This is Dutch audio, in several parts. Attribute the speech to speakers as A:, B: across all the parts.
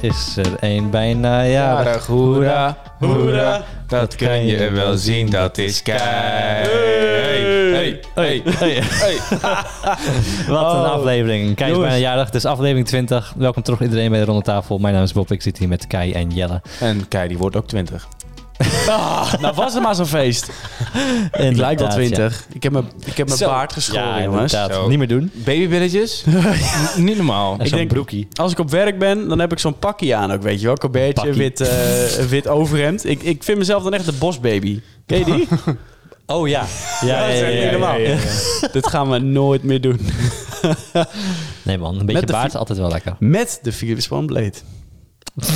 A: is er een bijna jarig.
B: Jarig, hoera, hoera. Dat kan je wel
A: dus.
B: zien, dat is kei. Hey, hey, hey,
A: Hey.
B: hey.
A: Wat een
C: Oh.
A: aflevering. Kai is
C: Jongens.
A: bijna jarig, het is aflevering 20. Welkom terug iedereen bij de Ronde Tafel. Mijn naam is Bob, ik zit hier met Kai en Jelle.
B: En Kei, die wordt ook 20.
C: Ah, nou was het maar zo'n feest. Ik lijk wel
A: Inderdaad, ja.
C: 20. Ik heb mijn, ik heb mijn
B: Zo.
C: baard geschoren,
A: Ja,
C: jongens.
A: inderdaad.
B: Zo.
A: Niet meer doen.
B: Babybilletjes? N- Niet normaal.
A: En
C: Ik
A: zo'n
C: denk-
A: broekie.
C: Als ik op werk ben, dan heb ik zo'n pakkie aan ook, weet je wel. Colbertje,
A: Pakkie.
C: wit, eh, een wit overhemd. Ik, ik vind mezelf dan echt de bosbaby. Ken je die?
A: Oh ja. Ja,
C: Dat is
A: ja,
C: echt
A: ja,
C: niet
A: ja,
C: normaal.
A: ja, ja.
C: Dit gaan we nooit meer doen.
A: Nee man, een beetje
C: Met de
A: baard
C: fi-
A: is altijd wel lekker.
C: Met de Philips Oneblade.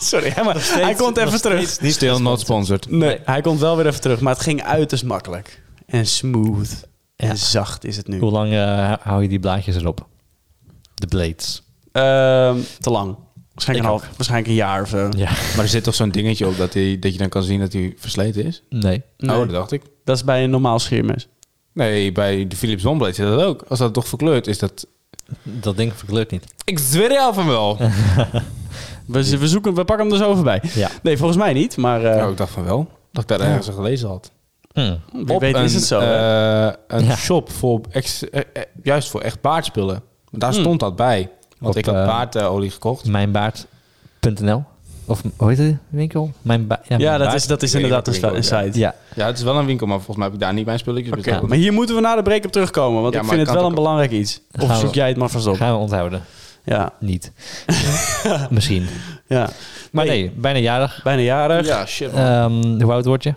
C: Sorry, hè, maar hij komt even terug.
B: Niet stil, not sponsored.
C: Nee, hij komt wel weer even terug. Maar het ging uiterst makkelijk. En smooth. En zacht is het nu.
A: Hoe lang eh, hou je die blaadjes erop? De blades.
C: Ehm, te lang. Waarschijnlijk
A: Ik
C: een, half, waarschijnlijk een jaar of zo.
A: Ja.
B: Maar er zit toch zo'n dingetje op dat, die, dat je dan kan zien dat hij versleten is?
A: Nee.
C: Nee.
B: Oh, dat dacht ik.
C: Dat is bij een normaal scheermes.
B: Nee, bij de Philips Oneblade zit dat ook. Als dat toch verkleurd is, dat...
A: Dat ding verkleurt niet.
B: Ik zweer jou van wel.
C: We, we, zoeken, we pakken hem er zo voorbij.
A: Ja.
C: Nee, volgens mij niet. Maar eh,
B: Nou, ik dacht van wel. Dat ik daar ergens een gelezen had.
A: Hm.
C: wie weet is het zo. hè?
B: eh, een
A: Ja.
B: shop voor ex, eh, eh, juist voor echt baardspullen. Daar
C: Hmm.
B: stond dat bij. Want
A: Op,
B: ik had
A: eh,
B: baardolie gekocht.
A: Mijnbaard.nl. Of hoe heet de winkel? Mijn ba- ja,
C: ja,
A: Mijn
C: dat
A: Baard.
C: is, dat is
B: Ik weet
C: inderdaad een,
B: niet wat
C: sta- een
B: ik wil,
C: site.
A: Ja.
B: Ja, het is wel een winkel, maar volgens mij heb ik daar niet mijn spulletjes
C: Oké,
B: besteld.
C: Maar hier moeten we na de break op terugkomen. Want
B: Ja,
C: ik
B: maar
C: vind het
B: kan
C: wel een
B: ook-
C: belangrijk iets. Of
A: Gaan we-
C: zoek jij het maar vast op.
A: Gaan we onthouden.
C: Ja,
A: Niet. Misschien.
C: ja.
A: Maar
C: Maar
A: nee, bijna jarig.
C: bijna jarig.
B: Ja, shit. man.
A: Ehm, hoe oud word je?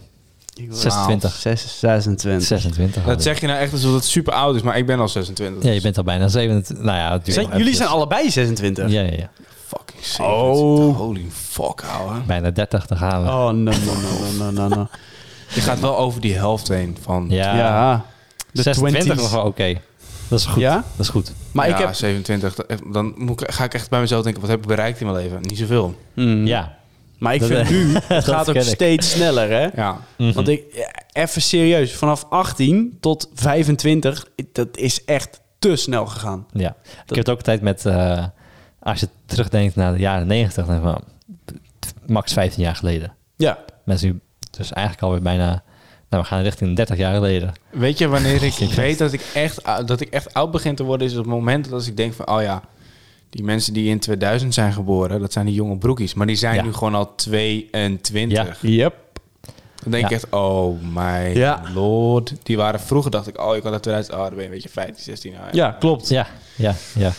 C: Ik wil-
A: 26.
C: 6, 26.
A: 26.
B: dat zeg je nou echt alsof het super oud is, maar ik ben al dus 26.
A: Ja, je bent al bijna 27. Nou ja, het duurt
C: Zijn-
A: nog
C: jullie
A: eventjes.
C: zijn allebei 26.
A: Ja, ja, ja.
B: Fucking
C: Oh.
B: Holy fuck, ouwe.
A: Bijna 30, dan gaan we.
C: Oh, no, no, no, no, no, no.
B: Je gaat wel over die helft heen van...
A: Ja.
C: Ja. De
A: 26
C: 20s.
A: nog wel oké. Dat is goed.
C: Ja? Mm.
A: Dat is goed.
C: Maar ik
B: Ja,
C: heb...
B: 27. dat- Dan moet ik- ga ik echt bij mezelf denken, wat heb ik bereikt in mijn leven? Niet zoveel.
C: Mm.
A: Ja.
C: Maar ik
A: Dat-
C: vind nu, het
A: dat
C: gaat ook
A: ken ik.
C: steeds sneller, hè?
B: Ja.
C: Want ik, ja, even serieus, vanaf 18 tot 25, dat is echt te snel gegaan.
A: Ja. Ik heb het ook altijd met... eh, als je terugdenkt naar de jaren 90, dan denk ik van... Max 15 jaar geleden.
C: Ja.
A: Mensen die dus eigenlijk alweer bijna... Nou, we gaan richting 30 jaar geleden.
B: Weet je wanneer ik weet dat ik, echt, ou- dat ik echt oud begin te worden, is het moment dat als ik denk van, oh ja, die mensen die in 2000 zijn geboren, dat zijn die jonge broekies. Maar die zijn
A: Ja.
B: nu gewoon al 22.
C: Yep.
B: Dan denk ik
A: Ja.
B: echt, oh my
C: Ja.
B: lord. Die waren vroeger, dacht ik, oh, ik had dat 2000, oh, dan ben je een beetje 15, 16. nou
C: Ja, klopt.
A: Ja, ja, ja.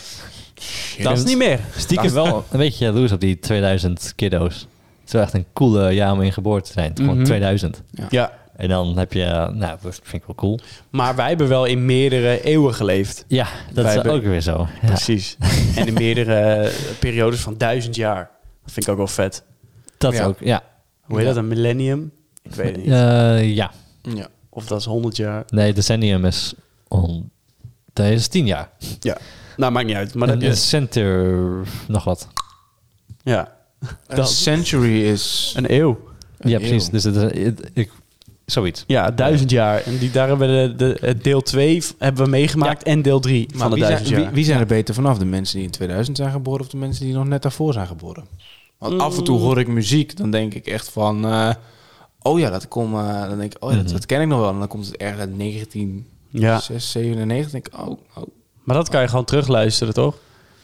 C: Dat is niet meer.
A: Stiekem wel een beetje jaloers op die 2000 kiddo's. Het is wel echt een coole jaar om in geboren te zijn. Gewoon
C: Mhm.
A: 2000.
C: Ja.
A: En dan heb je... Nou, dat vind ik wel cool.
C: Maar wij hebben wel in meerdere eeuwen geleefd.
A: Ja, dat
C: Wij
A: is
C: hebben-
A: ook weer zo. Ja.
C: Precies. en in meerdere eh, periodes van duizend jaar. Dat vind ik ook wel vet.
A: Dat
B: Ja.
A: ook, ja.
C: Hoe heet
B: Ja.
C: dat? Een millennium? Ik weet het niet.
A: Eh, ja.
B: Ja.
C: Of dat is 100 jaar.
A: Nee, decennium is... On... Dat is 10 jaar.
C: Ja. Nou, maakt niet uit. Maar
A: Maar
C: dat
A: een een
C: is...
A: center... Nog wat.
C: Ja.
B: Een century is...
C: Een eeuw.
A: Ja,
B: Eeuw.
A: precies. Dus het, het- ik, zoiets.
C: Ja, duizend jaar. En die, daar hebben we de, de, het deel 2 hebben we meegemaakt en deel 3
B: Maar
C: van de
B: wie,
C: duizend
B: zijn,
C: jaar.
B: wie, wie zijn er beter vanaf? De mensen die in 2000 zijn geboren of de mensen die nog net daarvoor zijn geboren? Want af en toe hoor ik muziek, dan denk ik echt van... eh, oh ja, dat komt... eh, dan denk ik, oh ja, dat, dat ken ik nog wel. En dan komt het ergens uit 1997. denk ik, oh, oh.
C: Maar dat kan je gewoon terugluisteren, toch?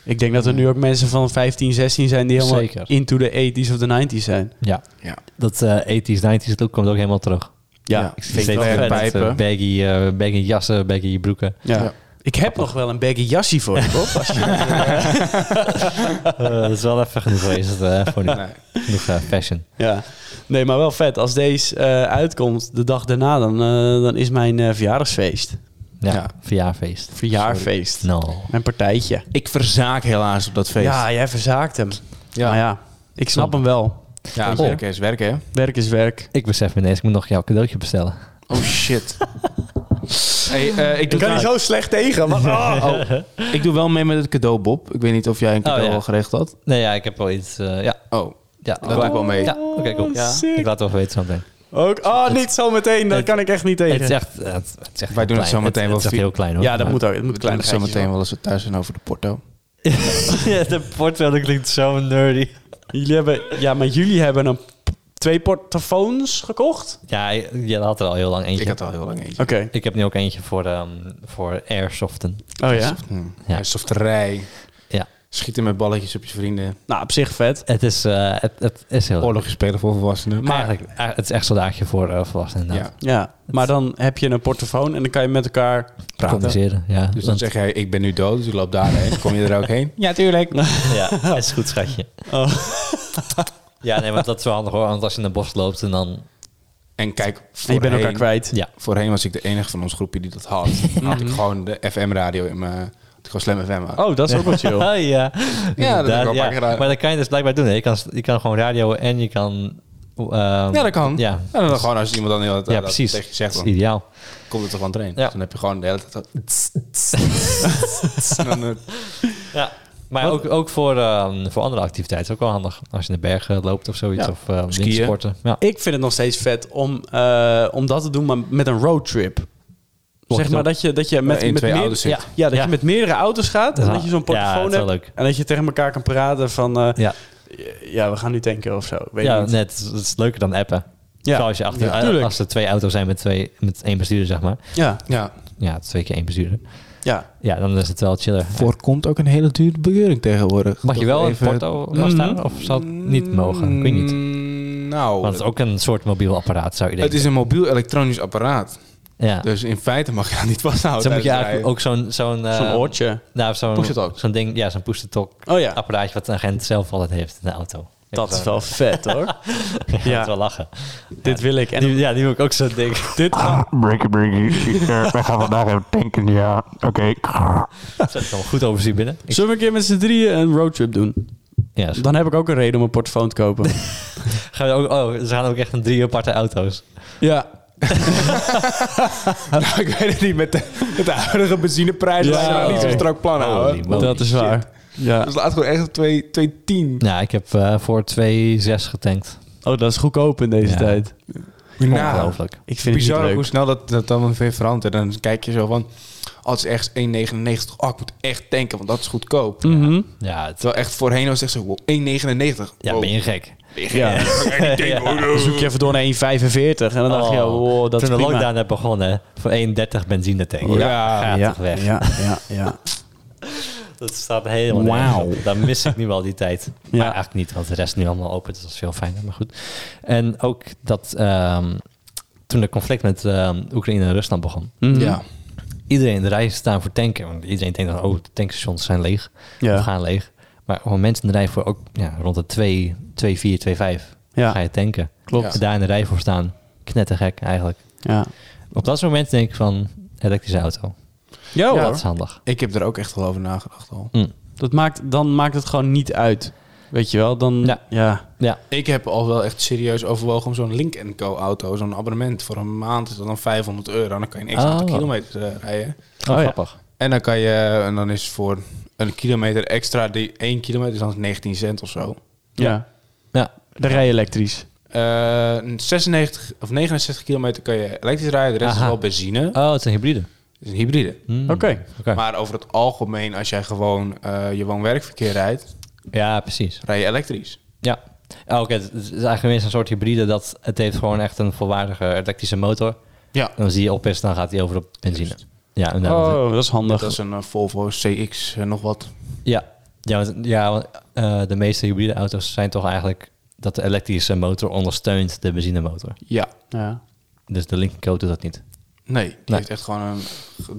C: Ik denk dat er nu ook mensen van 15, 16 zijn die helemaal
A: Zeker.
C: into the 80s of the 90s zijn.
A: Ja.
B: Ja.
A: Dat eh 80s, 90s look komt ook helemaal terug.
C: Ja,
B: Ja,
A: Ik zie
C: vind ik
A: steeds
C: wel
A: meer
C: vet.
A: mensen
B: pijpen.
A: baggy, eh, baggy jassen, baggy broeken.
C: Ja.
B: Ja.
C: Ik heb nog wel een baggy jasje voor je, Bob. Als je-
A: Eh, dat is wel even genoeg geweest eh, voor nu.
B: Nee.
A: Genoeg eh, fashion.
C: ja. Nee, maar wel vet. Als deze eh, uitkomt, de dag daarna, dan, eh, dan is mijn eh, verjaardagsfeest.
A: Ja,
B: Ja.
A: verjaarfeest.
C: Verjaarfeest.
A: No.
C: Mijn partijtje.
B: Ik verzaak helaas op dat feest.
C: Ja, jij verzaakt hem.
B: ja.
C: Maar ja, ik snap hem wel.
B: Ja,
A: Oh.
B: werken is werken, hè?
C: Werk is werk.
A: Ik besef me ineens, ik moet nog jouw cadeautje bestellen.
B: Oh, shit. hey, eh, ik, doe
C: je zo slecht tegen. want- ah.
B: oh, ik doe wel mee met het cadeau, Bob. Ik weet niet of jij een cadeau
A: ja.
B: al geregeld had.
A: Nee, ja, ik heb wel iets... eh, ja,
B: Oh,
A: ja.
B: dat doe ik wel mee.
A: Ja, oké, cool.
C: Ja.
A: Ik laat het wel weten zo meteen.
C: Ook, oh, niet zo meteen. Dat
A: Het-
C: kan ik echt niet
A: Het is
C: tegen.
A: echt, eh, het, het is echt
B: Wij doen
A: heel
B: het
A: klein.
B: zo meteen
A: Het,
B: wel
A: het is echt
B: via-
A: heel klein hoor.
C: Ja, dat
A: Maar-
C: moet ook. Het moet
B: Klein
C: klein
B: zo
C: zijn.
B: meteen wel eens thuis zijn over de porto.
A: ja, de portfolio klinkt zo nerdy.
C: Jullie hebben, ja, maar jullie hebben een, p- twee portofoons gekocht?
A: Ja, je had er al heel lang eentje.
B: Ik had al heel lang eentje.
C: Oké.
A: Ik heb nu ook eentje voor, ehm, voor airsoften.
C: Oh ja?
B: Hm.
A: Ja.
B: Ja. Softerij.
A: Ja.
B: Schieten met balletjes op je vrienden.
C: Nou, op zich vet.
A: Het is, eh, het, het is heel...
B: Oorlogjes spelen voor volwassenen.
A: maar eigenlijk, eh, het is echt soldaatje voor eh, volwassenen inderdaad.
B: ja.
C: Ja, maar dan heb je een portofoon en dan kan je met elkaar...
A: Communiceren, ja.
B: Dus dan
A: Want-
B: zeg jij, ik ben nu dood, dus je loopt daarheen. Kom je er ook heen?
C: Ja, tuurlijk.
A: Ja, is goed, schatje.
C: Oh.
A: Ja, nee, want dat is wel handig hoor. Want als je in het bos loopt en dan...
B: En kijk,
C: En je
B: voorheen,
C: bent elkaar kwijt.
A: Ja,
B: voorheen was ik de enige van ons groepje die dat had. Dan had ik gewoon de FM-radio in mijn... had ik gewoon Slam FM aan.
C: Oh, dat is ook wel chill.
A: Oh, ja,
B: Ja, dat heb
A: Inderdaad,
B: ik al een paar keer gedaan.
A: Maar dat kan je dus blijkbaar doen. Hè? Je, kan, je kan gewoon radio en je kan... ehm,
B: Ja, dat kan.
A: Ja,
B: En dan gewoon als iemand dan heel
A: ja
B: dat
A: precies.
B: tegen je
A: Dat
B: zegt,
A: is
B: dan
A: ideaal.
B: komt het er gewoon trainen.
A: Ja.
B: Dus dan heb je gewoon de hele tijd... dat- dan, eh,
A: Ja. Maar ook, ook voor, ehm, voor andere activiteiten is ook wel handig. Als je in de bergen loopt of zoiets.
B: Ja.
A: Of eh,
B: Skiën.
A: windsporten. Ja.
C: Ik vind het nog steeds vet om, eh, om dat te doen, maar met een roadtrip.
A: Mocht
C: Zeg maar
A: op.
C: dat je, dat je met,
B: één,
C: met
B: twee
C: meer-
B: ouders
A: Ja.
B: zit.
C: Ja, dat
A: Ja.
C: je met meerdere auto's gaat en
A: Ja.
C: dat je zo'n
A: Ja,
C: portofoon
A: dat is wel
C: hebt.
A: leuk.
C: En dat je tegen elkaar kan praten van... eh,
A: Ja,
C: ja, we gaan nu tanken of zo. Weet
A: ja
C: niet.
A: net. Het is leuker dan appen.
C: Ja.
A: Vooral als, je achter,
B: Ja,
A: eh,
C: tuurlijk.
A: als er twee auto's zijn met, twee, met één bestuurder, zeg maar.
C: Ja,
B: Ja,
A: Ja, twee keer één bestuurder.
C: ja.
A: Ja, dan is het wel chiller.
B: voorkomt ook een hele dure bekeuring tegenwoordig.
A: Mag je wel een
B: Even-
A: porto vasthouden?
C: Mhm.
A: Of zou het niet mogen? Ik weet
C: Mm-hmm.
A: niet.
B: Mm, Nou,
A: Want het is ook een soort mobiel apparaat, zou je
B: het
A: denken.
B: is een mobiel elektronisch apparaat.
A: ja.
B: Dus in feite mag je dat niet
A: Dus
B: vasthouden.
A: dan moet je
B: tijdens
A: eigenlijk ook zo'n... Zo'n eh,
C: Zo'n oortje.
A: Nou, zo'n
B: Push-to-talk.
A: zo'n ding, ja, zo'n push-to-talk
C: Oh ja,
A: apparaatje wat een agent zelf altijd heeft in de auto.
C: dat is wel vet hoor.
A: Ja, dat
C: ja.
A: is wel lachen.
C: Dit wil ik. En
A: Die, ja, die wil ik ook zo'n ding.
C: dit
D: Breaky, breaky. Eh, Wij gaan vandaag even tanken, ja. Oké.
A: Zet het allemaal goed overzien binnen. Ik-
C: Zullen we een keer met z'n drieën een roadtrip doen?
A: Ja, is-
C: Dan heb ik ook een reden om een portofoon te kopen.
A: gaan we ook, oh, ze gaan ook echt een drie aparte auto's.
C: ja.
B: Nou, ik weet het niet. Met de, met de huidige benzineprijs
C: Ja,
B: ja, zijn we niet zo
A: oké.
B: strak plannen
A: Holy
B: houden.
A: moly.
C: dat is waar. Ja.
B: Dus laat gewoon echt op 210.
A: Nou, ik heb eh, voor 2,6 getankt.
C: Oh, dat is goedkoop in deze
A: Ja.
C: tijd.
B: Nou,
A: Ongelooflijk.
C: Ik vind het
B: bizar
C: niet
B: hoe
C: leuk.
B: snel dat, dat dan weer verandert. En dan kijk je zo van, als het echt 1,99. Oh, ik moet echt tanken, want dat is goedkoop.
A: Mm.
C: Mhm.
A: Ja, het,
B: Terwijl echt voorheen was het echt zo, wow, 1,99.
A: ja
B: Wow.
A: ben je gek.
C: Ja. Dan zoek je even door naar 1,45 en dan dacht je,
A: Oh,
C: oh, dat
A: Toen
C: is
A: de
C: prima.
A: lockdown net begon, hè, voor 1,30 benzine tanken.
B: Ja.
A: Gaat
C: ja,
A: toch weg.
C: ja, ja, ja.
A: Dat staat helemaal
C: Wauw.
A: nergens op. Dan mis ik nu al die tijd.
C: Ja.
A: Maar eigenlijk niet, want de rest is nu allemaal open. Dus dat is veel fijner, maar goed. En ook dat ehm, toen de conflict met ehm, Oekraïne en Rusland begon.
C: Mhm.
B: Ja.
A: Iedereen in de rij staan voor tanken. Want iedereen denkt dan, oh, de tankstations zijn leeg. Of
C: Ja.
A: gaan leeg. Maar gewoon mensen in de rij voor ook ja, rond de 2, 2, 4, 2, 5
C: Ja.
A: ga je tanken.
C: Klopt.
A: Daar in de rij voor staan. Knettergek eigenlijk.
C: Ja.
A: Op dat soort moment denk ik van elektrische auto.
C: Ja,
A: dat
C: Oh, hoor.
A: is handig. Hm.
B: Ik heb er ook echt wel over nagedacht al.
C: Dat maakt, dan maakt het gewoon niet uit. Weet je wel, dan...
A: Ja.
C: ja.
B: Ik heb al wel echt serieus overwogen om zo'n Link Co auto, zo'n abonnement voor een maand is dat dan 500 euro. En dan kan je een extra
A: Oh.
B: aantal kilometers eh, rijden.
A: Oh,
C: ja.
A: grappig.
B: En dan kan je, en dan is voor een kilometer extra, die 1 kilometer is dan 19 cent of zo.
C: Ja.
A: Ja.
C: Dan rij je elektrisch.
B: Eh, 96 of 69 kilometer kan je elektrisch rijden, de rest
A: Aha.
B: is wel benzine.
A: Oh, het zijn hybride.
B: Het is een hybride.
A: Hmm.
C: Oké.
A: Oké.
B: Maar over het algemeen, als jij gewoon eh, je woon-werkverkeer rijdt,
A: Ja, precies.
B: rij je elektrisch.
A: Ja. Oh, Oké, het is eigenlijk minstens een soort hybride dat het heeft gewoon echt een volwaardige elektrische motor.
B: Ja.
A: En als die op is, dan gaat die over op benzine. Ja, inderdaad.
C: Oh, dat is handig.
B: Dat is een eh, Volvo CX eh, nog wat.
A: ja. Ja, want, ja, want, eh, de meeste hybride auto's zijn toch eigenlijk dat de elektrische motor ondersteunt de benzinemotor.
B: Ja.
C: Ja.
A: Dus de linkercoat doet dat niet.
B: Nee, die
A: Nee.
B: heeft echt gewoon een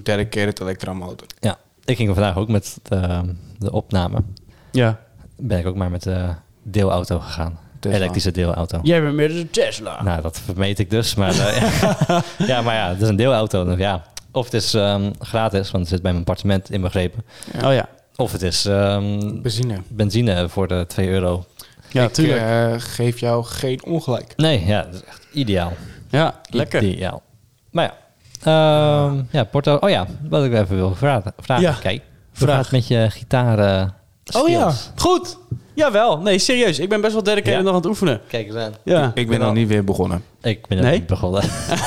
B: dedicated elektramotor.
A: Ja, ik ging vandaag ook met de, de opname.
C: ja.
A: Ben ik ook maar met de deelauto gegaan.
B: Tesla.
A: Elektrische deelauto.
C: Jij bent meer de Tesla.
A: Nou, dat vermeet ik dus. Maar, eh, ja, maar ja, het is een deelauto. dus ja. Of het is ehm, gratis, want het zit bij mijn appartement inbegrepen.
C: Oh ja.
A: Of het is ehm,
B: Benzine.
A: benzine voor de 2 euro.
C: Ja,
B: Ik
C: tuurlijk.
B: eh, geef jou geen ongelijk.
A: Nee, ja, dat is echt ideaal.
C: ja, lekker.
A: Ideaal. Maar ja. ehm, ja, Porto. Oh ja, wat ik even wil vragen. vragen.
C: Ja,
A: Kijk, hoe
C: vraag. Oh
A: gaat het met je gitaar eh, skills?
C: Goed. Jawel. Nee, serieus. Ik ben best wel dedicated
A: Ja.
C: nog aan het oefenen.
A: Kijk eens aan.
C: Ja.
B: Ik ben nog niet weer begonnen.
A: Ik ben er
C: Nee?
A: niet begonnen.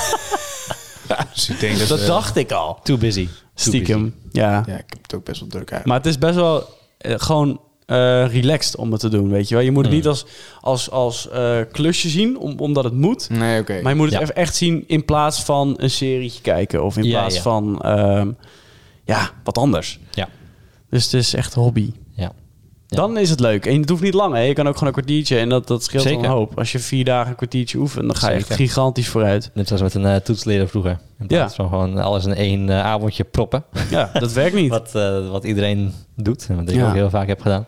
B: Dus ik denk dat,
C: Dat
B: we-
C: dacht ik al.
A: Too busy. Too busy.
C: Stiekem. Ja.
B: Ja, ik heb het ook best wel druk uit.
C: Maar het is best wel... eh, gewoon eh, relaxed om het te doen, weet je wel. Je moet het
A: Mm.
C: niet als, als, als eh, klusje zien, om, omdat het moet.
B: Nee, oké.
C: Maar je moet het
A: Hmm. Ja.
C: even echt zien in plaats van een serietje kijken. Of in
A: Ja,
C: plaats
A: ja.
C: van, ehm, ja, wat anders.
A: Ja.
C: Dus het is echt een hobby.
A: Ja. Ja.
C: Dan is het leuk. En het hoeft niet lang. Hè? Je kan ook gewoon een kwartiertje. En dat, dat scheelt
A: Zeker.
C: een hoop. Als je vier dagen een kwartiertje oefent, dan ga je echt
A: Zeker.
C: gigantisch vooruit.
A: Net zoals met een eh, toetsleren vroeger. In plaats
C: Ja.
A: van gewoon alles in één eh, avondje proppen.
C: Ja, dat werkt niet.
A: Wat, eh, wat iedereen doet. En wat ik
C: Ja.
A: ook heel vaak heb gedaan.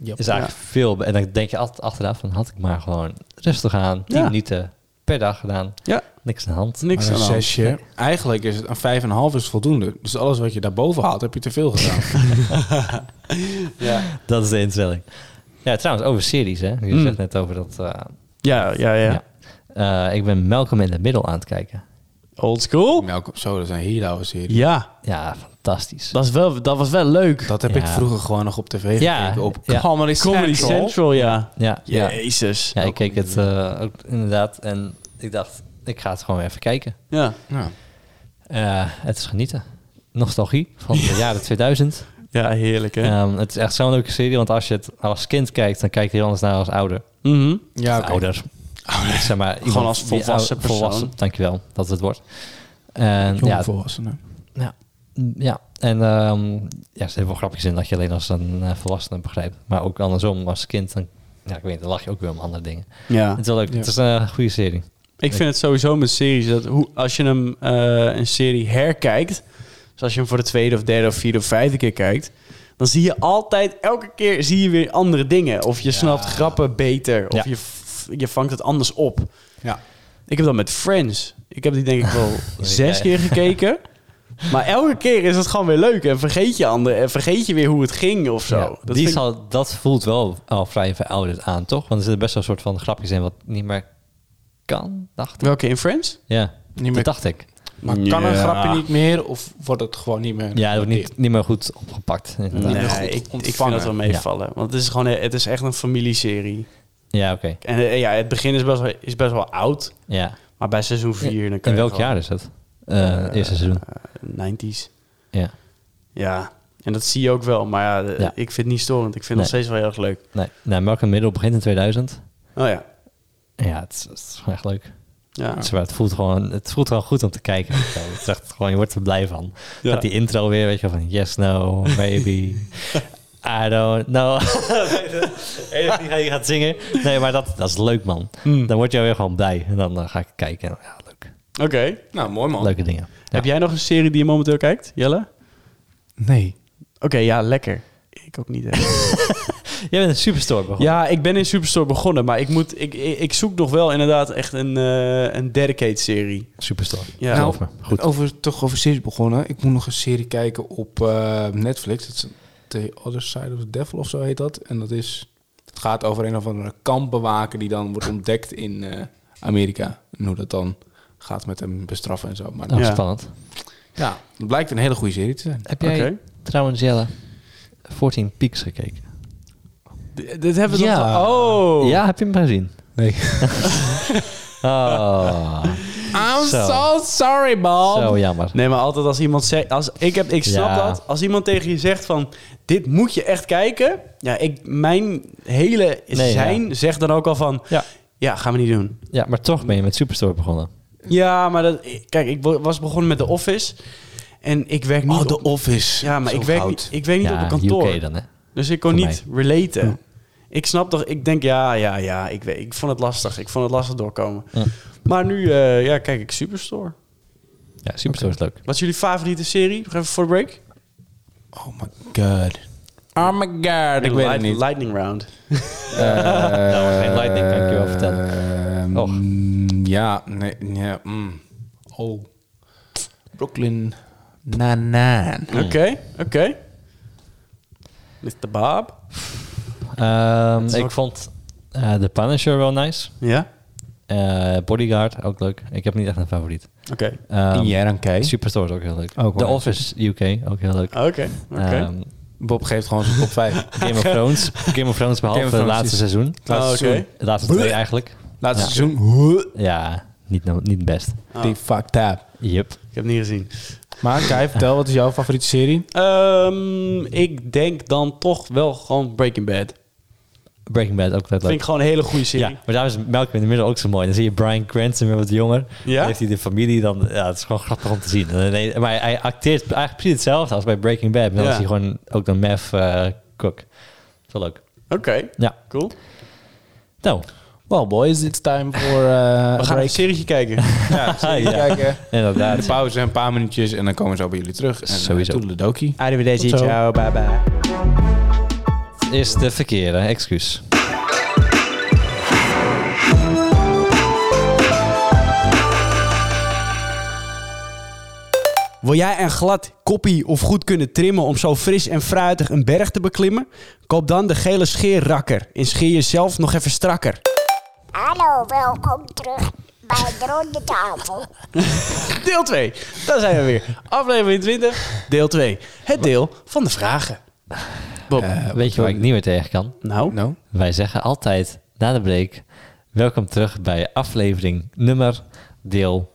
B: Yep.
A: Is eigenlijk veel. be- En dan denk je altijd achteraf van had ik maar gewoon rustig aan. 10
C: Ja.
A: minuten per dag gedaan.
C: Ja.
A: Niks aan de hand.
C: Niks
B: Maar
C: aan
B: een
C: de hand.
B: zesje. Eigenlijk is het een vijf en een half is voldoende. Dus alles wat je daarboven haalt, heb je te veel gedaan.
C: Ja.
A: Dat is de instelling. Ja, trouwens, over series, hè. Je
C: Mm.
A: zegt net over dat... eh,
C: Ja, ja, ja,
A: Ja. eh, ik ben Malcolm in het middel aan het kijken.
C: Old school?
B: Melk, zo, dat is een hele oude serie.
C: Ja,
A: Ja, fantastisch.
C: dat, is wel, dat was wel leuk.
B: Dat heb
A: Ja.
B: ik vroeger gewoon nog op tv
A: Ja,
B: gekeken. Op
A: ja.
B: Comedy Central.
C: Comedy Central, ja.
A: ja, ja.
C: Jezus.
A: ja, ik keek het eh, ook inderdaad. En ik dacht, ik ga het gewoon even kijken.
C: Ja.
B: Ja.
A: Eh, het is genieten. Nostalgie van de jaren 2000.
C: ja, heerlijk hè.
A: Ehm, het is echt zo'n leuke serie, want als je het als kind kijkt, dan kijk je heel anders naar als ouder.
C: Mhm.
B: Ja,
A: Of
B: oké.
A: Ouder. Zeg maar, iemand
C: Gewoon als
A: die ou-
C: volwassen persoon.
A: Volwassen, dankjewel, dat is het wordt. En,
B: Jong
A: ja,
B: volwassenen.
A: ja, en ehm, ja, ze hebben wel grapjes in dat je alleen als een eh, volwassene begrijpt. Maar ook andersom, als kind, dan, ja, ik weet, niet, dan lach je ook weer om andere dingen.
C: Ja.
A: Het is wel leuk,
B: Ja.
A: het is een goede serie.
C: Ik vind het sowieso met series dat hoe, als je hem eh, een serie herkijkt, dus als je hem voor de tweede of derde of vierde of vijfde keer kijkt, dan zie je altijd elke keer zie je weer andere dingen. Of je snapt grappen beter, of
A: Ja.
C: je, f- je vangt het anders op.
B: Ja.
C: Ik heb dat met Friends. Ik heb die denk ik wel zes
A: jij.
C: keer gekeken. Maar elke keer is het gewoon weer leuk en vergeet je anderen en vergeet je weer hoe het ging of zo.
A: Ja,
C: dat
A: die
C: vind ik-
A: zal, dat voelt wel al vrij verouderd aan, toch? Want er zitten best wel een soort van grapjes in wat niet meer kan, dacht ik.
C: Welke in Friends?
A: Ja,
B: Niet meer,
A: dat dacht ik.
B: maar kan een
C: Ja.
B: grapje niet meer of wordt het gewoon niet meer?
A: Ja, dat wordt niet, niet meer goed opgepakt. inderdaad.
B: Niet
C: Nee,
B: meer goed
C: ik, ik vind
B: ontvangen.
C: dat wel meevallen. Want het is gewoon, het is echt een familieserie.
A: Ja, oké.
C: En eh, ja, het begin is best, wel, is best wel oud.
A: Ja.
C: Maar bij seizoen 4 dan kan
A: In
C: je
A: welk
C: gewoon-
A: jaar is dat? Eh,
C: Eh,
A: eerste seizoen.
C: eh, 90s.
A: Ja.
C: Ja. En dat zie je ook wel. Maar ja, eh,
A: Ja.
C: ik vind het niet storend. Ik vind het nog
A: Nee.
C: steeds wel heel erg leuk.
A: Nee, nou, Malcolm Middel begint in 2000.
C: Oh ja.
A: Ja, het is, het is gewoon echt leuk.
C: Ja.
A: Het, is waar, Dus het voelt gewoon, het voelt gewoon goed om te kijken. Zo, het is echt gewoon, je wordt er blij van.
C: Ja.
A: Dat die intro weer, weet je wel, van yes, no, maybe, I don't know. Eén die gaat- gaat zingen. Nee, maar dat, dat is leuk, man.
C: Hmm.
A: Dan word je weer gewoon blij. En dan eh, ga ik kijken. En, ja, leuk.
C: Oké.
B: Nou, mooi man.
A: Leuke dingen. Ja.
C: Heb jij nog een serie die je momenteel kijkt, Jelle? Oké,
B: Nee.
C: ja, lekker. Ik ook niet. echt.
A: Jij bent een superstore begonnen.
C: ja, ik ben in Superstore begonnen, maar ik, moet, ik, ik, ik zoek nog wel inderdaad echt een, eh een dedicated serie.
A: Superstore.
C: Ja.
A: Geloof
B: Nou,
A: me. Goed.
B: Over, toch over series begonnen. Ik moet nog een serie kijken op eh, Netflix. Dat is The Other Side of the Devil of zo heet dat. En dat is... Het gaat over een of andere kampbewaker die dan wordt ontdekt in eh, Amerika. En hoe dat dan gaat met hem bestraffen en zo. Maar
A: Nou,
C: Ja.
A: spannend.
B: ja, het blijkt een hele goede serie te zijn.
A: Heb
C: Oké.
A: jij trouwens, Jelle, 14 Peaks gekeken?
C: D- Dit hebben we
A: Ja.
C: toch... Oh!
A: Ja, heb je hem gezien?
B: Nee.
A: Oh,
B: I'm
A: Zo.
B: so sorry, Bob.
A: zo jammer.
C: Nee, maar altijd als iemand zegt... Als, ik, heb, ik snap
A: Ja.
C: dat. Als iemand tegen je zegt van... Dit moet je echt kijken. Ja, ik, mijn hele
A: Nee,
C: zijn zegt dan ook al van...
A: Ja.
C: Ja. gaan we niet doen.
A: Ja, maar toch ben je met Superstore begonnen.
C: Ja, maar dat... Kijk, ik wo- was begonnen met de Office. En ik werk niet...
B: Oh, The
C: op-
B: Office.
C: ja, maar
B: Zo
C: ik werk,
B: goud.
C: niet, ik werk niet
A: ja,
C: op een kantoor.
A: UK dan, hè?
C: Dus ik kon
A: Voor
C: niet relaten. Ik snap toch, ik denk ja, ja, ja, ik, weet, ik vond het lastig. Ik vond het lastig doorkomen.
A: Ja.
C: Maar nu, eh, ja, kijk ik Superstore.
A: Ja, Superstore is leuk.
C: Wat is jullie favoriete serie? Nog even voor de break.
B: Oh my god. Oh my god, ik weet het
C: Light-
B: niet.
C: Lightning round.
A: Dat was geen lightning, kan ik je wel vertellen.
B: Ehm,
A: Och.
B: Ja, nee, ja, mm. Oh. Brooklyn. Ehm, Na na.
C: Oké, oké. Mr. Bob.
A: Ehm,
C: is
A: ik
C: ook-
A: vond eh The Punisher wel nice.
C: Ja?
A: Eh, Bodyguard, ook leuk. Ik heb niet echt een favoriet.
C: Oké,
A: Ehm,
B: dan kijk.
A: Superstore is ook heel leuk.
B: Ook wel
A: The
B: leuk.
A: Office UK, ook heel leuk.
C: oké, Oh, oké.
A: Ehm,
B: Bob geeft gewoon zijn top 5.
A: Game of Thrones. Game of Thrones behalve het
B: Game of Thrones
A: laatste
B: is-
A: seizoen.
C: Ah,
B: Laatste seizoen.
A: Het laatste twee eigenlijk.
B: Laatste
A: Ja.
B: seizoen.
A: Ja, niet, no- niet best.
C: Ah,
B: Die fucked up.
A: Yep.
C: Ik heb het niet gezien.
B: Maar Kai, vertel, wat is jouw favoriete serie?
C: Ehm, ik denk dan toch wel gewoon Breaking Bad.
A: Breaking Bad ook net
C: Vind
A: leuk.
C: ik gewoon een hele goede
A: Ja,
C: serie.
A: maar daar is Malcolm in the Middle ook zo mooi. Dan zie je Brian Cranston weer wat jonger.
C: Ja?
A: Dan heeft hij de familie dan... Ja, het is gewoon grappig om te zien. En ineens- maar hij acteert eigenlijk precies hetzelfde als bij Breaking Bad. Maar dan
C: Ja.
A: is hij gewoon ook een meth eh cook. Dat is wel leuk.
C: Oké,
A: Ja.
C: cool.
A: Nou,
B: Well boys, it's time for...
C: We gaan een serietje kijken.
B: ja, serie
A: eh, Ja.
B: kijken.
A: inderdaad.
B: De pauze, een paar minuutjes en dan komen we zo bij jullie terug. En, eh,
A: Sowieso.
B: toedeledokie.
C: Arrivederci,
B: Tot zo. ciao,
C: bye bye.
A: Eerst de verkeerde, excuus.
C: Wil jij een glad koppie of goed kunnen trimmen om zo fris en fruitig een berg te beklimmen? Koop dan de gele scheerrakker en scheer jezelf nog even strakker.
E: Hallo, welkom terug bij de ronde tafel.
C: Deel 2, daar zijn we weer. Aflevering 20, deel 2. Het deel van de vragen. Bob,
A: Weet je waar ik niet meer tegen kan?
C: nou,
B: Nou,
A: Wij zeggen altijd na de break... Welkom terug bij aflevering nummer deel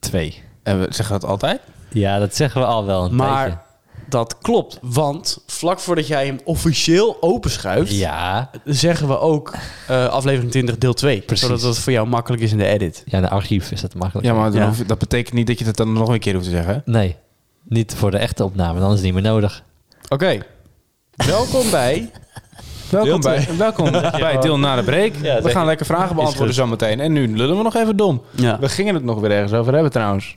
A: 2.
B: en we zeggen dat altijd?
A: Ja, dat zeggen we al wel een tijdje.
C: maar dat klopt, want vlak voordat jij hem officieel openschuift,
A: Ja,
C: zeggen we ook eh, aflevering 20, deel 2.
A: Precies.
C: Zodat dat voor jou makkelijk is in de edit.
A: ja, de archief is dat makkelijk.
B: Ja, maar dan
C: Ja.
B: hoef je- dat betekent niet dat je dat dan nog een keer hoeft te zeggen. hè?
A: Nee, niet voor de echte opname, dan is het niet meer nodig.
C: Oké, welkom bij
B: Welkom
C: Deel
B: bij, welkom bij deel na de break. we gaan lekker vragen beantwoorden zometeen. En nu lullen we nog even dom.
C: Ja.
B: We gingen het nog weer ergens over hebben trouwens.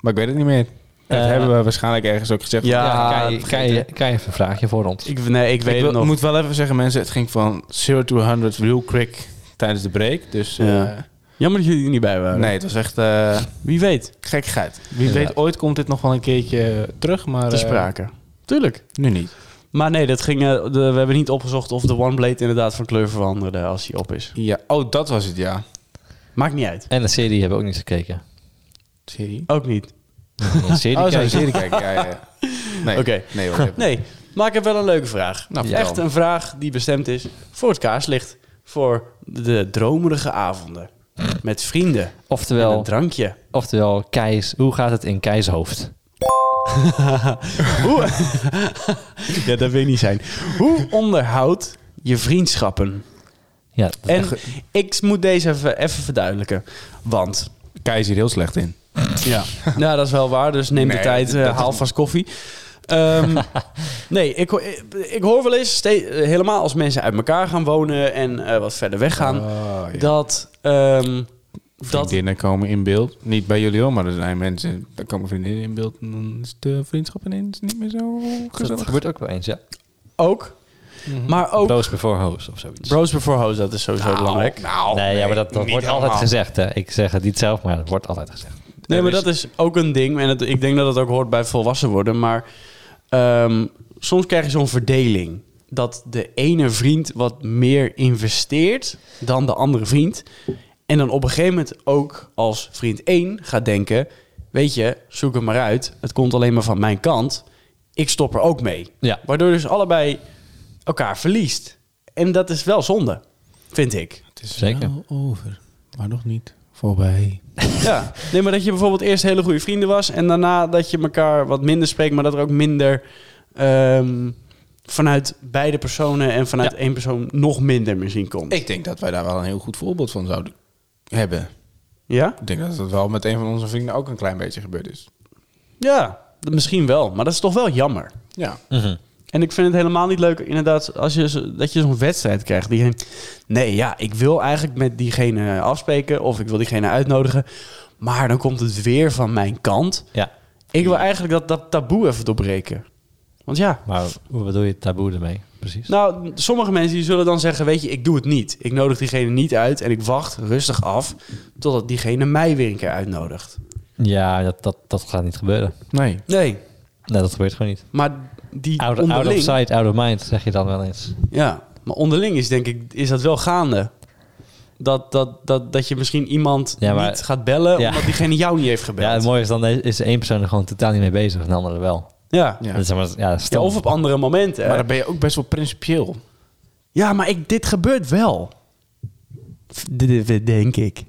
B: Maar ik weet het niet meer. Dat
A: Eh,
B: hebben we waarschijnlijk ergens ook gezegd.
C: Ja,
A: Ja,
C: dat
A: Kai, Kai, Kai heeft een vraagje voor ons.
C: Ik, nee, ik weet
B: ik wil-
C: het nog.
B: moet wel even zeggen mensen, het ging van 0 to 100 real quick tijdens de break. Dus eh,
C: Ja. Jammer dat jullie er niet bij waren.
B: nee, het was echt eh
C: Wie weet.
B: gekkigheid. Wie
A: Inderdaad.
B: weet, ooit komt dit nog wel een keertje terug, maar
C: Te
B: eh,
C: sprake. Tuurlijk.
B: nu niet.
C: Maar nee, dat ging, eh, de- we hebben niet opgezocht of de One Blade inderdaad van kleur veranderde als hij op is.
B: Ja, oh, dat was het, ja.
C: Maakt niet uit.
A: En de serie hebben we ook niet eens gekeken.
B: Serie?
C: Ook niet.
A: De serie
B: Oh, zo,
A: kijken.
B: serie kijken, ja, ja. Nee,
C: Oké.
B: nee, hoor, even.
C: Nee, maar ik heb wel een leuke vraag.
B: Nou, vertel.
C: Echt een vraag die bestemd is voor het kaarslicht. Voor de dromerige avonden. Met vrienden. En een
A: Oftewel,
C: drankje.
A: oftewel Keis, hoe gaat het in Keis hoofd?
C: Hoe... ja, dat wil je niet zijn. Hoe onderhoud je vriendschappen?
A: Ja, dat-
C: En ik moet deze even, even verduidelijken. Want
B: Kai is hier heel slecht in.
C: Ja, nou, dat is wel waar. Dus neem de
B: Nee,
C: tijd, eh,
B: dat-
C: haal vast koffie. Ehm, nee, ik, ho- ik, ik hoor wel eens, ste- helemaal als mensen uit elkaar gaan wonen en eh, wat verder weggaan,
B: Oh, ja.
C: dat, ehm, dat...
B: Vriendinnen komen in beeld. Niet bij jullie hoor, maar er zijn mensen. Daar komen vriendinnen in beeld. En dan is de vriendschap ineens niet meer zo
A: dat
B: gezellig.
A: gebeurt ook wel eens, ja.
C: ook.
A: Mhm.
C: Maar ook...
A: Boos before hoes of zoiets.
C: Bros before hoes, dat is sowieso belangrijk.
B: Nou,
A: nee, ja, maar dat, dat
B: niet
A: wordt altijd
B: helemaal.
A: gezegd. Hè. Ik zeg het niet zelf, maar dat wordt altijd gezegd.
C: Nee, maar dat is ook een ding. En het- ik denk dat het ook hoort bij volwassen worden. Maar ehm, soms krijg je zo'n verdeling. Dat de ene vriend wat meer investeert dan de andere vriend. En dan op een gegeven moment ook als vriend 1 gaat denken... Weet je, zoek het maar uit. Het komt alleen maar van mijn kant. Ik stop er ook mee.
A: Ja.
C: Waardoor dus allebei elkaar verliest. En dat is wel zonde, vind ik.
B: Het is
A: Zeker.
B: wel over, maar nog niet voorbij.
C: Ja, nee, maar dat je bijvoorbeeld eerst hele goede vrienden was en daarna dat je elkaar wat minder spreekt, maar dat er ook minder ehm, vanuit beide personen en vanuit één persoon nog minder muziek komt.
B: Ik denk dat wij daar wel een heel goed voorbeeld van zouden hebben.
C: Ja?
B: Ik denk dat dat wel met een van onze vrienden ook een klein beetje gebeurd is.
C: Ja, dat misschien wel, maar dat is toch wel jammer.
B: Ja.
A: Mhm.
C: En ik vind het helemaal niet leuk, inderdaad, als je, zo- dat je zo'n wedstrijd krijgt. Die, je- nee, ja, ik wil eigenlijk met diegene afspreken of ik wil diegene uitnodigen, maar dan komt het weer van mijn kant.
A: Ja,
C: Ik wil eigenlijk dat, dat taboe even doorbreken. Want ja,
A: maar hoe bedoel je taboe ermee? Precies.
C: Nou, sommige mensen die zullen dan zeggen, weet je, ik doe het niet. Ik nodig diegene niet uit en ik wacht rustig af totdat diegene mij weer een keer uitnodigt.
A: Ja, dat, dat, dat gaat niet gebeuren.
B: Nee.
C: Nee,
A: Nee, dat gebeurt gewoon niet.
C: maar die
A: Out, out of
C: onderling,
A: sight, out of mind, zeg je dan wel eens.
C: ja, maar onderling is denk ik is dat wel gaande. Dat, dat, dat, dat je misschien iemand
A: Ja, maar-
C: niet gaat bellen
A: Ja.
C: omdat diegene jou niet heeft gebeld.
A: Ja, het mooie is dan is één persoon er gewoon totaal niet mee bezig en de andere wel.
C: Ja.
B: Ja.
A: Dat is maar, ja,
C: Ja,
A: stom.
C: of op andere momenten. hè.
B: Maar dan ben je ook best wel principieel.
C: Ja, maar ik, dit gebeurt wel. Denk ik.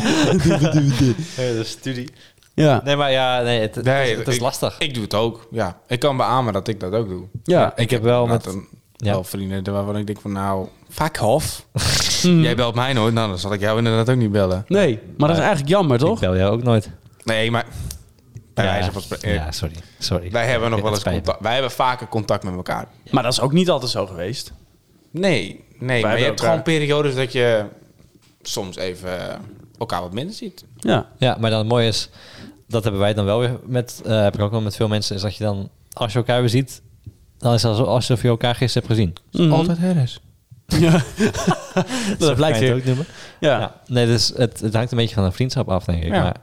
A: de studie.
C: Ja.
A: Nee, maar ja, nee, het, het
B: Nee,
A: is, het is
B: ik-
A: lastig.
B: Ik doe het ook, ja. Ik kan beamen dat ik dat ook doe.
C: Ja.
A: Ik heb wel
B: Met
A: met...
B: een,
A: ja.
B: Nou, wel vrienden waarvan ik denk van nou, fuck off. Jij belt mij nooit, nou dan zal ik jou inderdaad ook niet bellen.
C: Nee, maar dat is eigenlijk jammer,
A: Ik
C: toch?
A: bel jou ook nooit.
B: Nee, maar bij
A: ja,
B: wijze van spreken.
A: ja, sorry. sorry.
B: Wij hebben nog
A: Ik-
B: wel
A: het
B: eens
A: spijt me.
B: contact. Wij hebben vaker contact met elkaar.
C: Maar dat is ook niet altijd zo geweest.
B: Nee, nee. maar
C: hebben
B: je hebt
C: elkaar-
B: gewoon periodes dat je soms even eh, elkaar wat minder ziet.
C: Ja.
A: Ja, maar dan het mooie is, dat hebben wij dan wel weer met, eh, heb ik ook wel met veel mensen, is dat je dan, als je elkaar weer ziet, dan is het alsof- alsof je elkaar gisteren hebt gezien.
B: Altijd herres.
C: Ja. dat
A: Kan je
C: blijkt
A: het
C: weer.
A: ook noemen. Ja.
C: Ja.
A: Nee, dus het, het hangt een beetje van een vriendschap af, denk ik.
B: Ja.
A: Maar,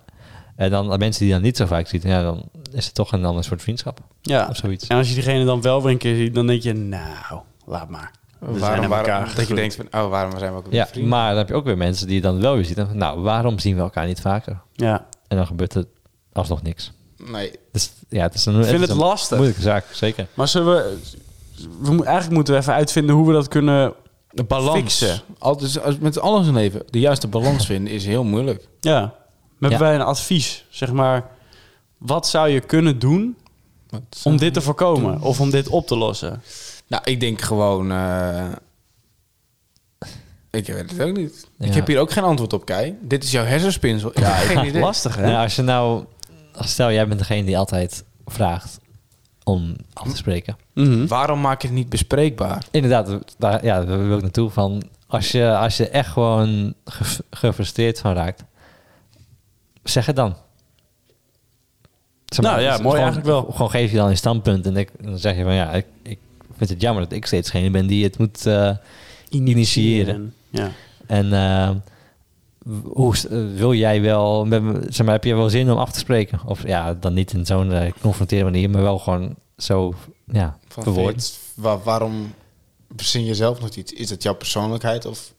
A: en dan de mensen die je dan niet zo vaak ziet, ja, dan is het toch een ander soort vriendschap.
C: ja.
A: Of zoiets.
C: En als je diegene dan wel weer een keer ziet, dan denk je, nou, laat maar. We zijn
B: Dus Waarom,
C: aan
B: waarom,
C: elkaar
B: dat je denkt
C: gegroeid.
B: van, oh, waarom zijn we ook weer
A: Ja,
B: vrienden?
A: maar dan heb je ook weer mensen die je dan wel weer ziet. En van, nou, waarom zien we elkaar niet vaker?
C: Ja.
A: En dan gebeurt er alsnog niks.
B: Nee,
A: Dus ja, het is een, ik
C: vind het lastig.
A: moeilijke zaak, zeker.
C: Maar zullen we, we... mo- Eigenlijk moeten we even uitvinden hoe we dat kunnen...
B: de balans.
C: Fixen.
B: Altijd, als- met alles in leven, de juiste balans vinden is heel moeilijk.
C: Ja. Hebben
A: Ja.
C: wij een advies? Zeg maar, wat zou je kunnen doen
B: Want-
C: om dit te voorkomen? Of om dit op te lossen?
B: Nou, ik denk gewoon... eh, ik weet het ook niet.
A: Ja.
B: Ik heb hier ook geen antwoord op, Kei. Dit is jouw hersenspinsel. Ja, geen idee.
C: Lastig, hè?
A: Nou, als je nou, als stel jij bent degene die altijd vraagt om af te spreken.
C: Mhm.
B: Waarom maak je het niet bespreekbaar?
A: Inderdaad, daar, ja, daar wil ik naartoe van. Als je, als je echt gewoon ge- gefrustreerd van raakt, zeg het dan. Zeg
C: Nou ja,
A: dus gewoon-
C: mooi eigenlijk wel.
A: Gewoon geef je dan een standpunt en ik, dan zeg je van ja, ik, ik vind het jammer dat ik steeds degene ben die het moet eh, initiëren.
C: Ja.
A: En eh, w- hoe s- eh, wil jij wel, met me- zeg maar, heb je wel zin om af te spreken? Of ja, dan niet in zo'n eh, confronterende manier, maar wel gewoon zo ja,
B: Van
A: verwoord.
B: vind je het- wa- waarom verzin je zelf nog iets? Is dat jouw persoonlijkheid? Of...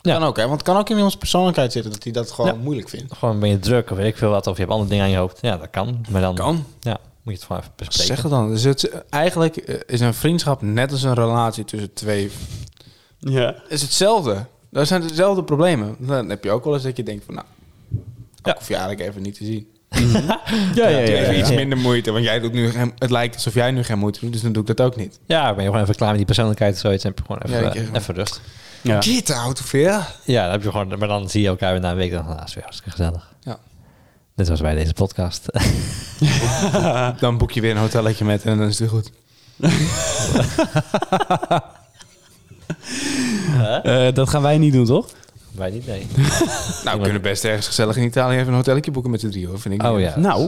A: Ja.
B: Kan ook, hè? Want het kan ook in iemands persoonlijkheid zitten dat hij dat gewoon
A: Ja.
B: moeilijk vindt.
A: Gewoon ben je druk of weet ik veel wat, of je hebt andere dingen aan je hoofd. Ja, dat kan. Maar dan
B: Kan.
A: Ja, moet je het gewoon even bespreken.
B: Zeg het dan. Dus het, eigenlijk eh, is een vriendschap net als een relatie tussen twee...
C: Ja.
B: is hetzelfde. Dat zijn dezelfde problemen. Dan heb je ook wel eens dat je denkt van... nou,
A: Ja.
B: ik hoef je eigenlijk even niet te zien.
C: Ja, ja,
B: Doe
C: ja.
B: even
C: ja.
B: iets minder moeite. Want jij doet nu geen- het lijkt alsof jij nu geen moeite doet. Dus dan doe ik dat ook niet.
A: Ja, ben je gewoon even klaar met die persoonlijkheid of zoiets. Dan heb je gewoon even,
B: Ja, ik-
A: eh, even rust.
C: Ja.
B: Get out of here.
A: Ja, dan heb je gewoon, maar dan zie je elkaar weer na een week. Dan van, ah, is weer hartstikke gezellig.
B: Ja.
A: Dit was bij deze podcast.
B: Dan boek je weer een hotelletje met en dan is het weer goed.
C: Eh, dat gaan wij niet doen, toch?
A: Wij niet, nee.
B: Nou, we kunnen best ergens gezellig in Italië even een hotelletje boeken met z'n drieën. hoor, Vind ik
A: Oh ja,
C: Nou,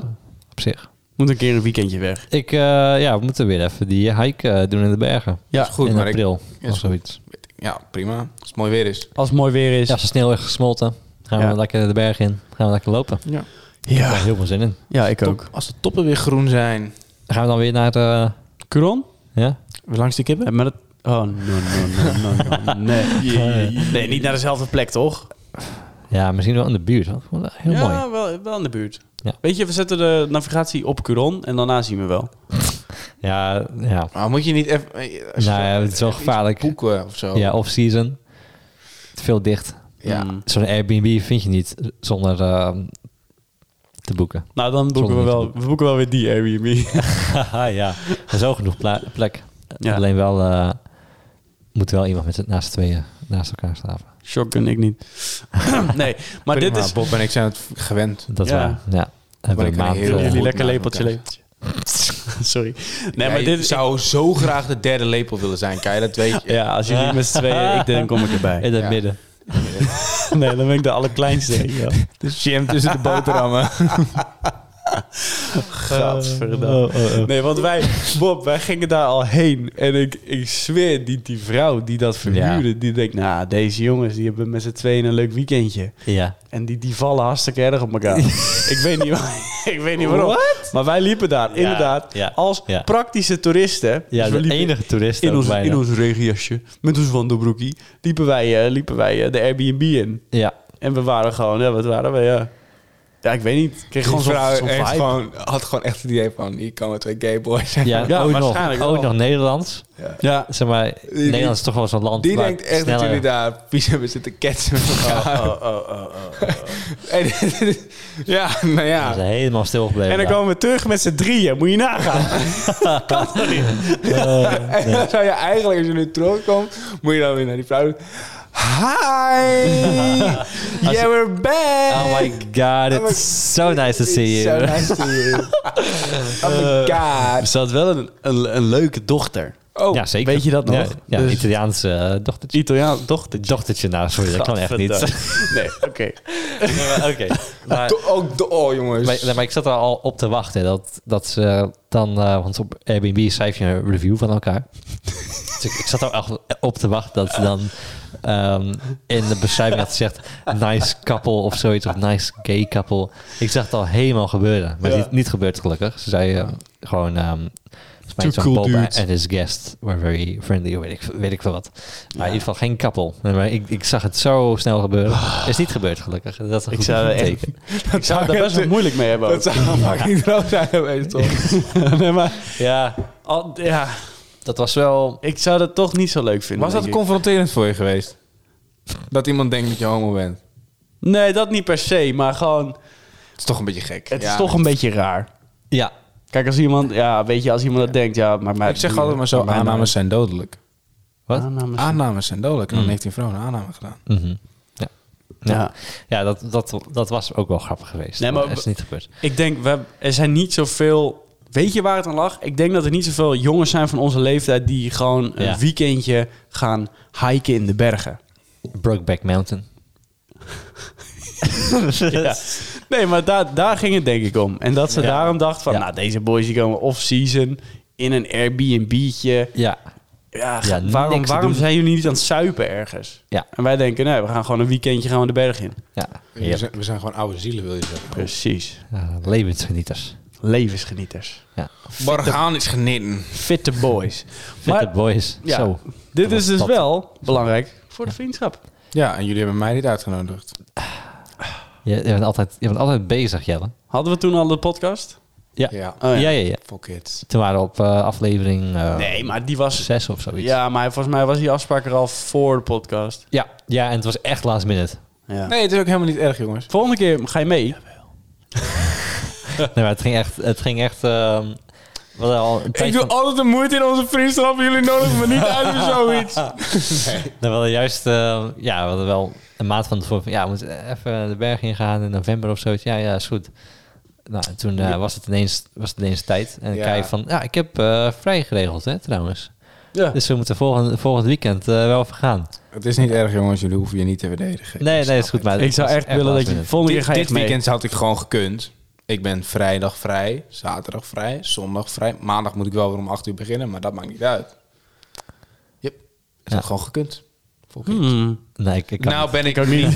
A: op zich.
C: moet een keer een weekendje weg.
A: Ik, eh, ja, we moeten weer even die hike eh, doen in de bergen.
C: Ja,
B: Is goed,
A: in
B: maar ik-
A: april
B: Ja,
A: of
B: is goed.
A: zoiets.
B: Ja, prima. Als het mooi weer is.
C: Als het mooi weer is.
A: Ja, als de sneeuw is gesmolten, gaan
C: Ja.
A: we lekker de berg in. Gaan we lekker lopen.
B: Ja.
A: Daar heb
C: ja.
A: ik heel veel zin in.
C: ja ik ook.
B: Als de toppen weer groen zijn.
A: Gaan we dan weer naar de...
C: Curon?
A: Ja?
B: Weer langs de kippen?
C: Ja, maar dat... Oh, no, no, no, no, no. Nee. nee, niet naar dezelfde plek, toch?
A: ja, misschien wel in de buurt. want ik vond dat Heel
C: ja,
A: mooi.
C: Wel, wel in de buurt.
A: Ja.
C: Weet je, we zetten de navigatie op Curon en daarna zien we wel.
A: Ja, ja.
B: Maar moet je niet even... eh, als je zo-
A: Nou ja, het is wel
B: even iets
A: gevaarlijk.
B: Boeken of zo.
A: Ja, off-season. Te Veel dicht.
B: Ja.
C: Mm.
A: Zo'n Airbnb vind je niet zonder eh, te boeken.
C: Nou, dan boeken
A: Zonder
C: we
A: niet te
C: wel, we boeken wel weer die Airbnb.
A: Haha, ja. En zo genoeg pla- plek.
C: Ja.
A: Alleen wel... eh, moet wel iemand met z'n- naast tweeën naast elkaar slapen.
C: Shotgun ik niet. nee, maar
B: Prima,
C: dit is...
B: Bob en ik zijn het v- gewend.
A: Dat is
C: Ja.
A: waar. Ja. Hebben we
B: ik
A: een
B: kan
A: maand...
B: heel
A: eh,
B: goed
C: jullie lekker
B: naast
C: lepeltje,
B: elkaar.
C: lepeltje. Sorry. Nee,
B: Jij
C: maar dit is...
B: zou zo graag de derde lepel willen zijn, Kai. Dat weet je.
C: Ja, als jullie met z'n tweeën, ik denk, kom ik erbij.
A: in het
B: Ja.
A: midden.
C: Nee, dan ben ik de allerkleinste. denk ik wel.
B: Dus jam tussen de boterhammen.
C: Oh, Gadverdamme. Eh, Nee, want wij, Bob, wij gingen daar al heen. En ik, ik zweer, die, die vrouw die dat verhuurde, die denkt, nou, deze jongens, die hebben met z'n tweeën een leuk weekendje.
A: Ja.
C: En die, die vallen hartstikke erg op elkaar. ik, weet niet, waar- ik weet niet waarom. Maar wij liepen daar, inderdaad,
A: ja,
C: als
A: ja.
C: praktische toeristen.
A: Ja,
C: Dus we
A: de
C: liepen
A: enige toerist
C: In
A: ook
C: ons,
A: bijna.
C: in ons regenjasje, met ons wandelbroekie, liepen wij, eh, liepen wij eh, de Airbnb in.
A: Ja.
C: En we waren gewoon, ja, wat waren we, ja. Ja, ik weet niet. Ik kreeg
B: Die
C: gewoon zo'n
B: vrouw
C: zo'n
B: heeft
C: vibe.
B: gewoon, had gewoon echt het idee van, hier komen twee gay boys.
A: Ja,
C: Ja,
A: ook, nog,
C: waarschijnlijk
A: ook
C: wel.
A: nog Nederlands.
C: Ja.
A: Zeg maar, Nederland is toch wel zo'n land
B: Die
A: waar
B: denkt echt
A: sneller-
B: dat jullie daar vies hebben zitten ketsen met elkaar. En ja, nou
A: Ze
B: ja.
A: zijn helemaal stil gebleven.
C: En dan
A: daar.
C: komen we terug met z'n drieën. Moet je nagaan.
B: En dan zou je eigenlijk, als je nu terugkomt, moet je dan weer naar die vrouw doen. Hi! yeah, we're back!
A: Oh my god,
B: Oh my-
A: it's so nice to see
B: So
A: you.
B: nice to see you. oh my god.
C: Ze had wel een, een, een leuke dochter.
B: Oh,
A: Ja, zeker.
C: weet je dat nog?
A: Ja, ja
C: Dus-
A: Italiaanse eh, dochtertje.
C: Italiaans dochter.
A: Dochtertje, nou sorry, dat kan echt niet.
C: Nee, oké.
A: Oké. Maar,
B: do- ook de- oh jongens.
C: Dus-
A: maar, maar ik zat er al op te wachten dat, dat ze dan, eh, want op Airbnb schrijf je een review van elkaar. dus ik, ik zat er al op te wachten dat ze dan ehm, in de beschrijving had gezegd nice couple of zoiets, of nice gay couple. Ik zag het al helemaal gebeuren, maar het is niet, niet gebeurd gelukkig. Ze zei eh, gewoon, ehm volgens mij
C: Two
A: zo'n
C: cool
A: Boba
C: dudes.
A: and his guest were very friendly, of weet ik, weet ik veel wat. Maar in ieder geval geen couple. Maar ik, ik zag het zo snel gebeuren. Is niet gebeurd gelukkig. Dat is een
C: Ah. Ik
A: goed
C: zou er echt-
A: teken.
C: Ik zou daar best wel moeilijk mee hebben.
B: dat zou een fucking droom zijn geweest, toch?
C: ook. nee, maar,
A: Ja,
C: al, ja,
A: dat was wel.
C: ik zou dat toch niet zo leuk vinden.
B: Was dat
C: denk ik.
B: confronterend voor je geweest? Dat iemand denkt dat je homo bent.
C: Nee, dat niet per se. Maar gewoon,
B: Het is toch een beetje gek.
C: het
B: Ja.
C: is toch een beetje raar.
A: Ja,
C: Kijk, als iemand, ja, weet je, als iemand dat denkt, ja, maar... maar
B: Ik zeg altijd maar zo,
C: maar-
B: aannames zijn dodelijk.
A: wat?
C: Aannames.
B: Aannames zijn dodelijk. En dan heeft die vrouw een aanname gedaan.
A: Mhm. Ja,
C: Ja.
A: ja dat, dat, dat was ook wel grappig geweest.
C: Nee,
A: Nee,
C: maar-
A: maar is niet gebeurd.
C: Ik denk, we, er zijn niet zoveel... Weet je waar het aan lag? Ik denk dat er niet zoveel jongens zijn van onze leeftijd... die gewoon
A: Ja.
C: een weekendje gaan hiken in de bergen.
A: Brokeback Mountain.
C: Ja. Nee, maar daar, daar ging het denk ik om. En dat ze
A: Ja.
C: daarom dacht van...
A: Ja.
C: nou, deze boys die komen off-season... in een Airbnb'tje.
A: Ja,
C: Ja,
A: Ja,
C: waarom
A: niks te
C: waarom
A: doen.
C: zijn jullie niet aan het suipen ergens?
A: Ja.
C: En wij denken, nee, we gaan gewoon een weekendje gaan we de berg in.
A: ja.
B: We, zijn, we zijn gewoon oude zielen, wil je zeggen.
C: Precies.
A: Ja, levensgenieters.
C: Levensgenieters.
A: Ja.
B: Borgaan is genieten.
C: Fitte boys.
A: Fitte boys.
C: ja,
A: Zo.
C: dit is dus
A: dat.
C: wel belangrijk voor de vriendschap.
B: Ja, en jullie hebben mij niet uitgenodigd.
A: Je, je, bent altijd, je bent altijd bezig, Jelle.
C: Hadden we toen al de podcast?
A: Ja.
B: Ja.
A: ja. ja, ja,
B: Fuck it.
A: Toen waren we op eh, aflevering eh,
C: Nee, maar die was...
A: zes of zoiets.
C: Ja, maar volgens mij was die afspraak er al voor de podcast.
A: ja. Ja, en het was echt last minute.
C: Ja.
B: Nee, het is ook helemaal niet erg, jongens.
C: Volgende keer ga je mee.
A: Nee, maar het ging echt... Het ging echt ehm, we hadden al een tijd
B: Ik doe
A: van-
B: altijd de moeite in onze vriendschap. Jullie nodigen me niet uit voor zoiets.
A: Nou, we hadden juist, eh, ja, we hadden wel een maand van tevoren van, ja, we moeten even de berg ingaan in november of zoiets. Ja, ja, is goed. Nou, en toen eh, was, het ineens, was het ineens tijd. En dan
B: Ja.
A: krijg je van, ja, ik heb eh, vrij geregeld, hè, trouwens.
C: Ja.
A: Dus we moeten volgend, volgend weekend eh, wel even gaan.
B: Het is niet erg, jongens. Jullie hoeven je niet te verdedigen. Dus
A: Nee, nee, is goed, maar...
C: Ik zou
A: het
C: echt
A: was
C: willen
A: last
C: dat je
A: minute.
C: volgende keer
B: Dit,
C: ga je
B: dit
C: echt mee.
B: weekend had ik gewoon gekund. Ik ben vrijdag vrij, zaterdag vrij, zondag vrij. Maandag moet ik wel weer om 8 uur beginnen, maar dat maakt niet uit. Yep. Ik had gewoon gekund. Volgende keer.
C: Hmm.
A: Nee, ik, ik kan
B: Nou ben ik ook niet.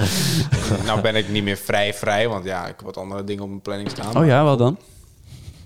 B: nou ben ik niet meer vrij vrij, want ja, ik heb wat andere dingen op mijn planning staan.
C: Oh ja, wat dan?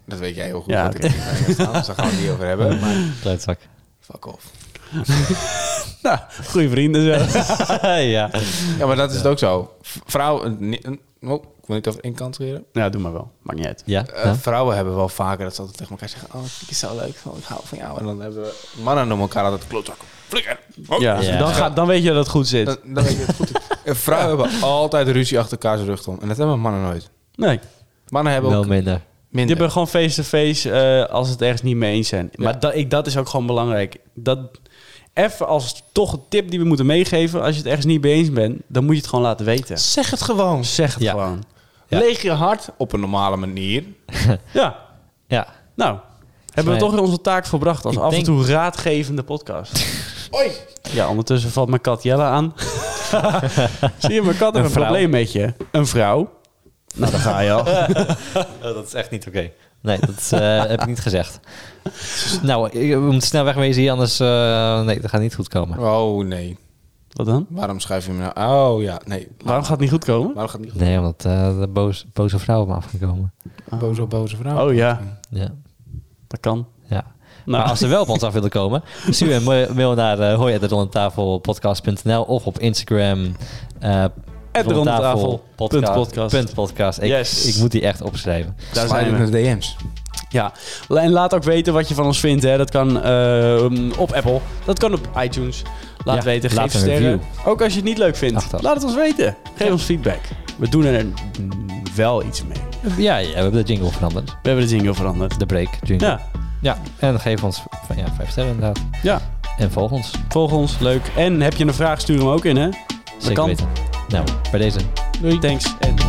B: Dat weet jij heel goed.
C: Ja,
B: wat ik op mijn planning heb staan, dus daar gaan we het niet over hebben. Maar
A: niet, klootzak.
B: fuck off.
C: Nou, goede vrienden zo.
A: ja.
B: Ja, maar dat is het ook zo. V- Vrouwen, een- een- oh, ik wil niet over één kant leren.
C: Ja, doe maar wel. Maakt niet uit.
A: Ja,
B: Eh,
A: nou,
B: Vrouwen hebben wel vaker dat ze altijd tegen elkaar zeggen... Oh, ik is zo leuk, oh, ik hou van jou. En dan hebben we mannen noemen elkaar altijd klootzak. Flikker! Oh.
C: Ja, dus
A: Ja.
C: Dan, ga, dan weet je dat het goed zit.
B: Dan, dan weet je het goed. En vrouwen hebben altijd ruzie achter elkaar zijn rug om. En dat hebben mannen nooit.
C: Nee,
B: Mannen hebben
A: wel
B: ook
A: minder.
C: je
B: minder.
C: bent gewoon face-to-face eh, als het ergens niet mee eens zijn. Maar dat, ik, dat is ook gewoon belangrijk. Dat, even als toch een tip die we moeten meegeven. Als je het ergens niet mee eens bent, dan moet je het gewoon laten weten.
B: Zeg het gewoon.
C: Zeg het
A: Ja.
C: gewoon.
A: Ja.
B: Leeg je hart op een normale manier.
C: Ja,
A: Ja,
C: nou. Hebben we
A: Nee.
C: toch onze taak volbracht als
A: Ik
C: af
A: denk-
C: en toe raadgevende podcast.
B: Oei!
C: Ja, ondertussen valt mijn kat Jelle aan. Zie je, mijn kat heeft een,
A: vrouw.
C: probleem met je. Een vrouw. Nou, daar ga je al.
A: Oh, dat is echt niet oké. Nee, dat is, eh, heb ik niet gezegd. Nou, ik- we moeten snel wegwezen hier, anders... eh, nee, dat gaat niet goed komen.
B: Oh, nee.
C: Wat dan?
B: Waarom schuif je me nou? Oh, ja. Nee.
C: Waarom gaat het niet goed komen?
B: Waarom gaat niet
A: Nee, omdat eh de boze, boze vrouw op me af kan komen.
B: goed? Boze, boze vrouw.
C: Oh ja,
A: Ja.
C: dat kan.
A: ja.
C: Nou,
A: Maar als ze wel op ons af willen komen, stuur een ma- mail naar uh, hoi.rondeltafelpodcast.nl of op Instagram eh Podcast.
C: Rondetafel.podcast.
A: Punt podcast. Ik,
C: Yes.
A: ik moet die echt opschrijven.
C: Daar
B: Slide
C: zijn
B: in de
C: we.
B: DM's.
C: Ja, en laat ook weten wat je van ons vindt. Hè. Dat kan eh, op Apple, dat kan op iTunes. Laat
A: Ja,
C: weten,
A: laat
C: geef
A: een
C: sterren.
A: review.
C: Ook als je het niet leuk vindt,
A: Achteraf.
C: laat het ons weten. Geef ons feedback. We doen er mm, wel iets mee.
A: Ja, ja, we hebben de jingle veranderd.
C: We hebben de jingle veranderd.
A: De break jingle.
C: Ja,
A: Ja, en geef ons v- ja, vijf sterren inderdaad.
C: ja.
A: En volg ons.
C: Volg ons, leuk. En heb je een vraag, stuur hem ook in, hè?
A: Zeker
C: kan.
A: weten. Nou, bij deze.
C: Thanks en